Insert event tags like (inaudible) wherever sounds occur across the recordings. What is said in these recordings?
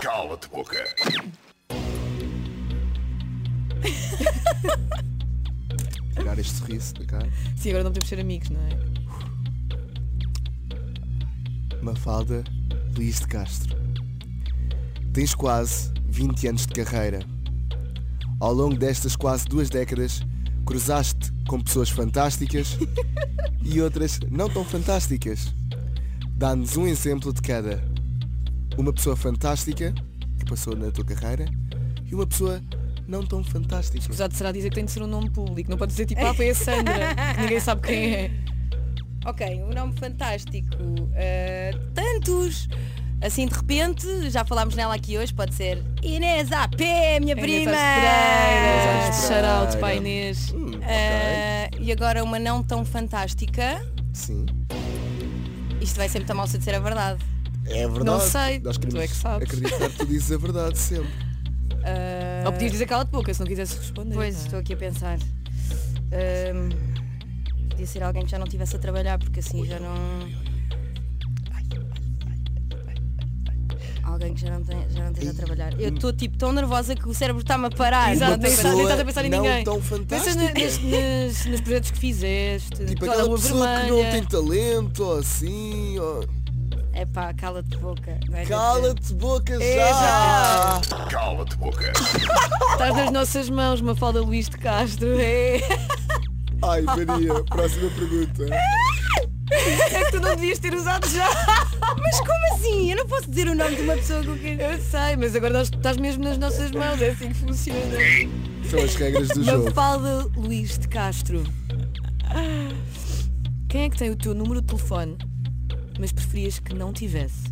Cala-te, boca. Tirar este sorriso tá da cara. Sim, agora não podemos ser amigos, não é? Mafalda Luís de Castro. Tens quase 20 anos de carreira. Ao longo destas quase duas décadas, cruzaste com pessoas (laughs) fantásticas e outras não tão fantásticas. Dá-nos um exemplo de cada. Uma pessoa fantástica que passou na tua carreira e uma pessoa não tão fantástica. Apesar de será dizer que tem de ser um nome público. Não pode dizer tipo, ah, foi a Sandra, que ninguém sabe quem é. Ok, um nome fantástico. Uh, tantos! Assim de repente, já falámos nela aqui hoje, pode ser Inês AP, minha prima! Pereira. Inês Aires Shout out Pereira. para a Inês. Hum, ok. Eh, Ah, e agora uma não tão fantástica. Sim. Isto vai sempre tão mal se dizer a verdade. É verdade. Não sei, Nós tu queremos é que sabes. acreditar que tu dizes a verdade sempre. Ah, Ou podias dizer cala-te boca se não quisesse responder. Pois, não é? estou aqui a pensar. Ahm, podia ser alguém que já não estivesse a trabalhar, porque assim já não. Alguém que já não, tem, já não esteja a trabalhar. Eu estou tipo tão nervosa que o cérebro está-me a parar. Exato, Uma nem estás- nem estás a pensar em pessoa ninguém. Não tão Pensa fantástica. na- nas- nas- nos projetos que fizeste, Tipo pela aquela Lua pessoa que não é Vermelha. tem talento, ou assim, ou... É pá, cala-te boca. Não é? Cala-te boca É, já! Cala-te, boca. Estás nas nossas mãos, Mafalda Luís de Castro. É, Ai Maria, próxima pergunta. é que tu não devias ter usado (laughs) já. Mas como assim? Eu não posso dizer o nome de uma pessoa que eu quero. Eu sei, mas agora nós, estás mesmo nas nossas mãos, é assim que funciona. São as regras (laughs) do jogo. Mafalda Luís É de Castro. Quem é que tem o teu número de telefone, mas preferias que não tivesse?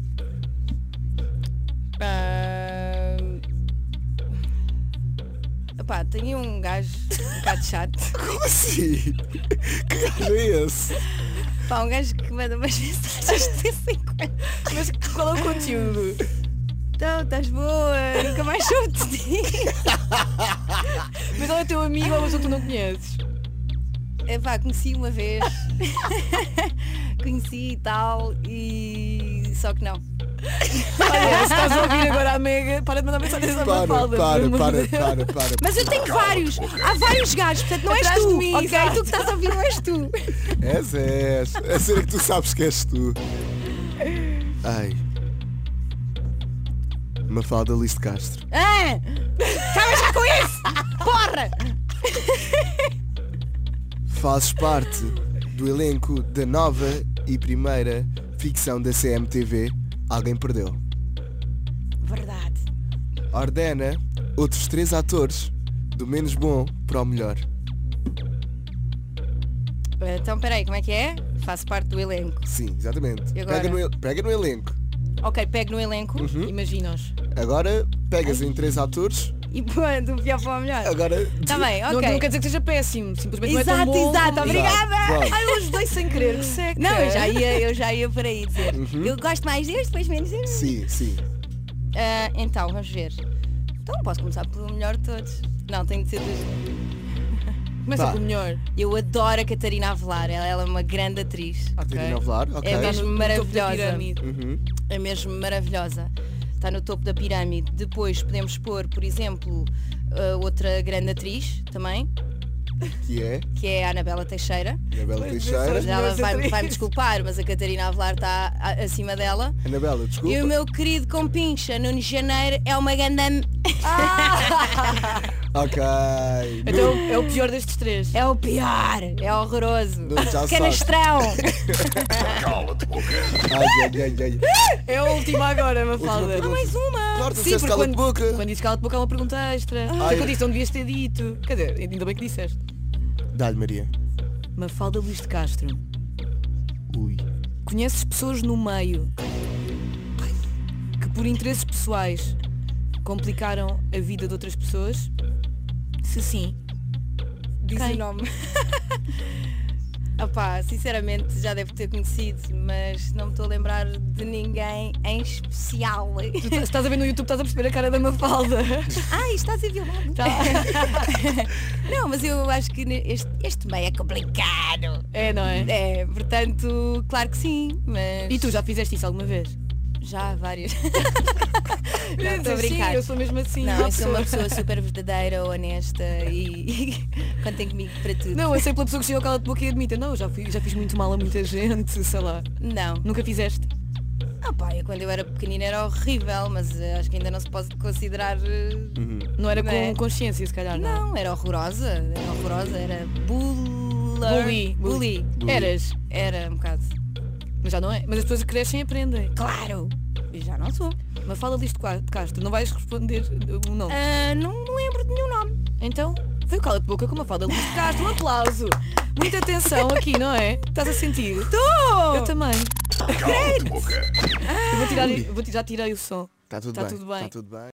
Ahm. Epá, tenho um gajo um bocado chato. Como assim? Que gajo é esse? Pá, um gajo que manda umas (laughs) mensagens de vez em quando. Mas qual é o conteúdo? Então, estás boa, nunca mais soube de ti. Mas ela é teu amigo ou uma pessoa que tu não conheces? Epá, É conheci uma vez. (laughs) conheci e tal e. Só que não. Olha, se estás a ouvir agora a Mega, para de mandar mensagens à Para, Mafalda. por para, amor para, de Deus. para, para. Mas eu tenho vários! Há vários gajos, portanto não és Atrás tu! de mim, ok? exato. Tu que estás a ouvir não és tu! És, és. É ser que tu sabes que és tu. Ai. Mafalda Liz de Castro. Ah! Acaba já com isso! Porra! Fazes parte do elenco da nova e primeira ficção da CMTV Alguém Perdeu. Verdade. Ordena outros três atores do menos bom para o melhor. Então peraí, como é que é? Faço parte do elenco. Sim, exatamente. E agora? Pega no, el- pega no elenco. Ok, pego no elenco Uhum. Imagina-os. Agora pegas em três atores. e (laughs) põe do pior para o melhor. Agora. Tá bem, Não, não ok. quer dizer que seja péssimo, simplesmente não é Exato, tão bom. exato, como- obrigada. Pronto. Ai, eu os dei sem querer, que seca. Não, eu já ia, eu já ia para aí dizer. Eu gosto mais deste, depois menos deste. Sim, sim. Ah, então, vamos ver. Então posso começar pelo melhor de todos. Não, tem de ser dos. Começa Vá. pelo melhor. Eu adoro a Catarina Avelar, ela, ela é uma grande atriz. Ok. Catarina Avelar, ok. É No mesmo. topo da Maravilhosa. pirâmide. Uhum. É mesmo maravilhosa. Está no topo da pirâmide. Depois podemos pôr, por exemplo, ah, outra grande atriz também, Que é que é a Anabela Teixeira. Anabela Pois, Teixeira. As Mas ela melhores vai, atrizes. vai me desculpar, mas a Catarina Avelar está a- acima dela. Anabela, desculpa. E o meu querido compincha, Nuno Janeiro, é uma grande. Ok. Então é o pior destes três. (laughs) É o pior, é horroroso. Não, já Canastrão. Cala-te, boca. Ai, ai, ai, ai. É a última agora, Mafalda. Ah, Última Mais uma. Claro, tu Sim, disseste porque cala de quando- boca. Ah, é. Quando dizes cala-te boca é uma pergunta extra. Foi o que eu disse, não devias ter dito. Quer dizer, ainda bem que disseste. Dá-lhe, Maria. Mafalda Luís de Castro. Ui. Conheces pessoas no meio que por interesses pessoais complicaram a vida de outras pessoas? Se (laughs) sim, Diz Quem? o nome. (laughs) Opá, sinceramente já devo ter conhecido, mas não me estou a lembrar de ninguém em especial. tu t- se estás a ver no YouTube, estás a perceber a cara da Mafalda. Ai, está a ser (laughs) violado. Tá. Não, mas eu acho que ne- este, este meio é complicado. É, não é? É, portanto, claro que sim, mas. (laughs) E tu já fizeste isso alguma vez? Já há várias. Eu Estou a sim, brincar. eu sou mesmo assim. Não, eu sou uma pessoa super verdadeira, honesta e (laughs) contem comigo para (laughs) tudo. Não, eu sei pela pessoa que chega ao cala de boca e admita, não, eu já, fui, já fiz muito mal a muita gente, sei lá. Não. Nunca fizeste? Ah pá, eu quando eu era pequenina era horrível, mas eh, acho que ainda não se pode considerar. eh, Não era Não com é. consciência, se calhar, não. é? Não, era horrorosa. Era horrorosa, era buller. Bully, bully. Bully. Bully. Eras. Era um bocado. Mas já não é. Mas as pessoas crescem e aprendem. Claro! E já não sou. Mas fala disto qua- de Castro, não vais responder uh, o nome. Ah, não me lembro de nenhum nome. Então, foi o cala de boca com uma fala Luís de Castro, um aplauso. Muita atenção aqui, não é? Estás a sentir? Eu Estou! também. Cala-te boca. Eu vou tirar, vou, ti- já tirei o som. Está tudo Tá bem. tudo bem. Está tudo bem.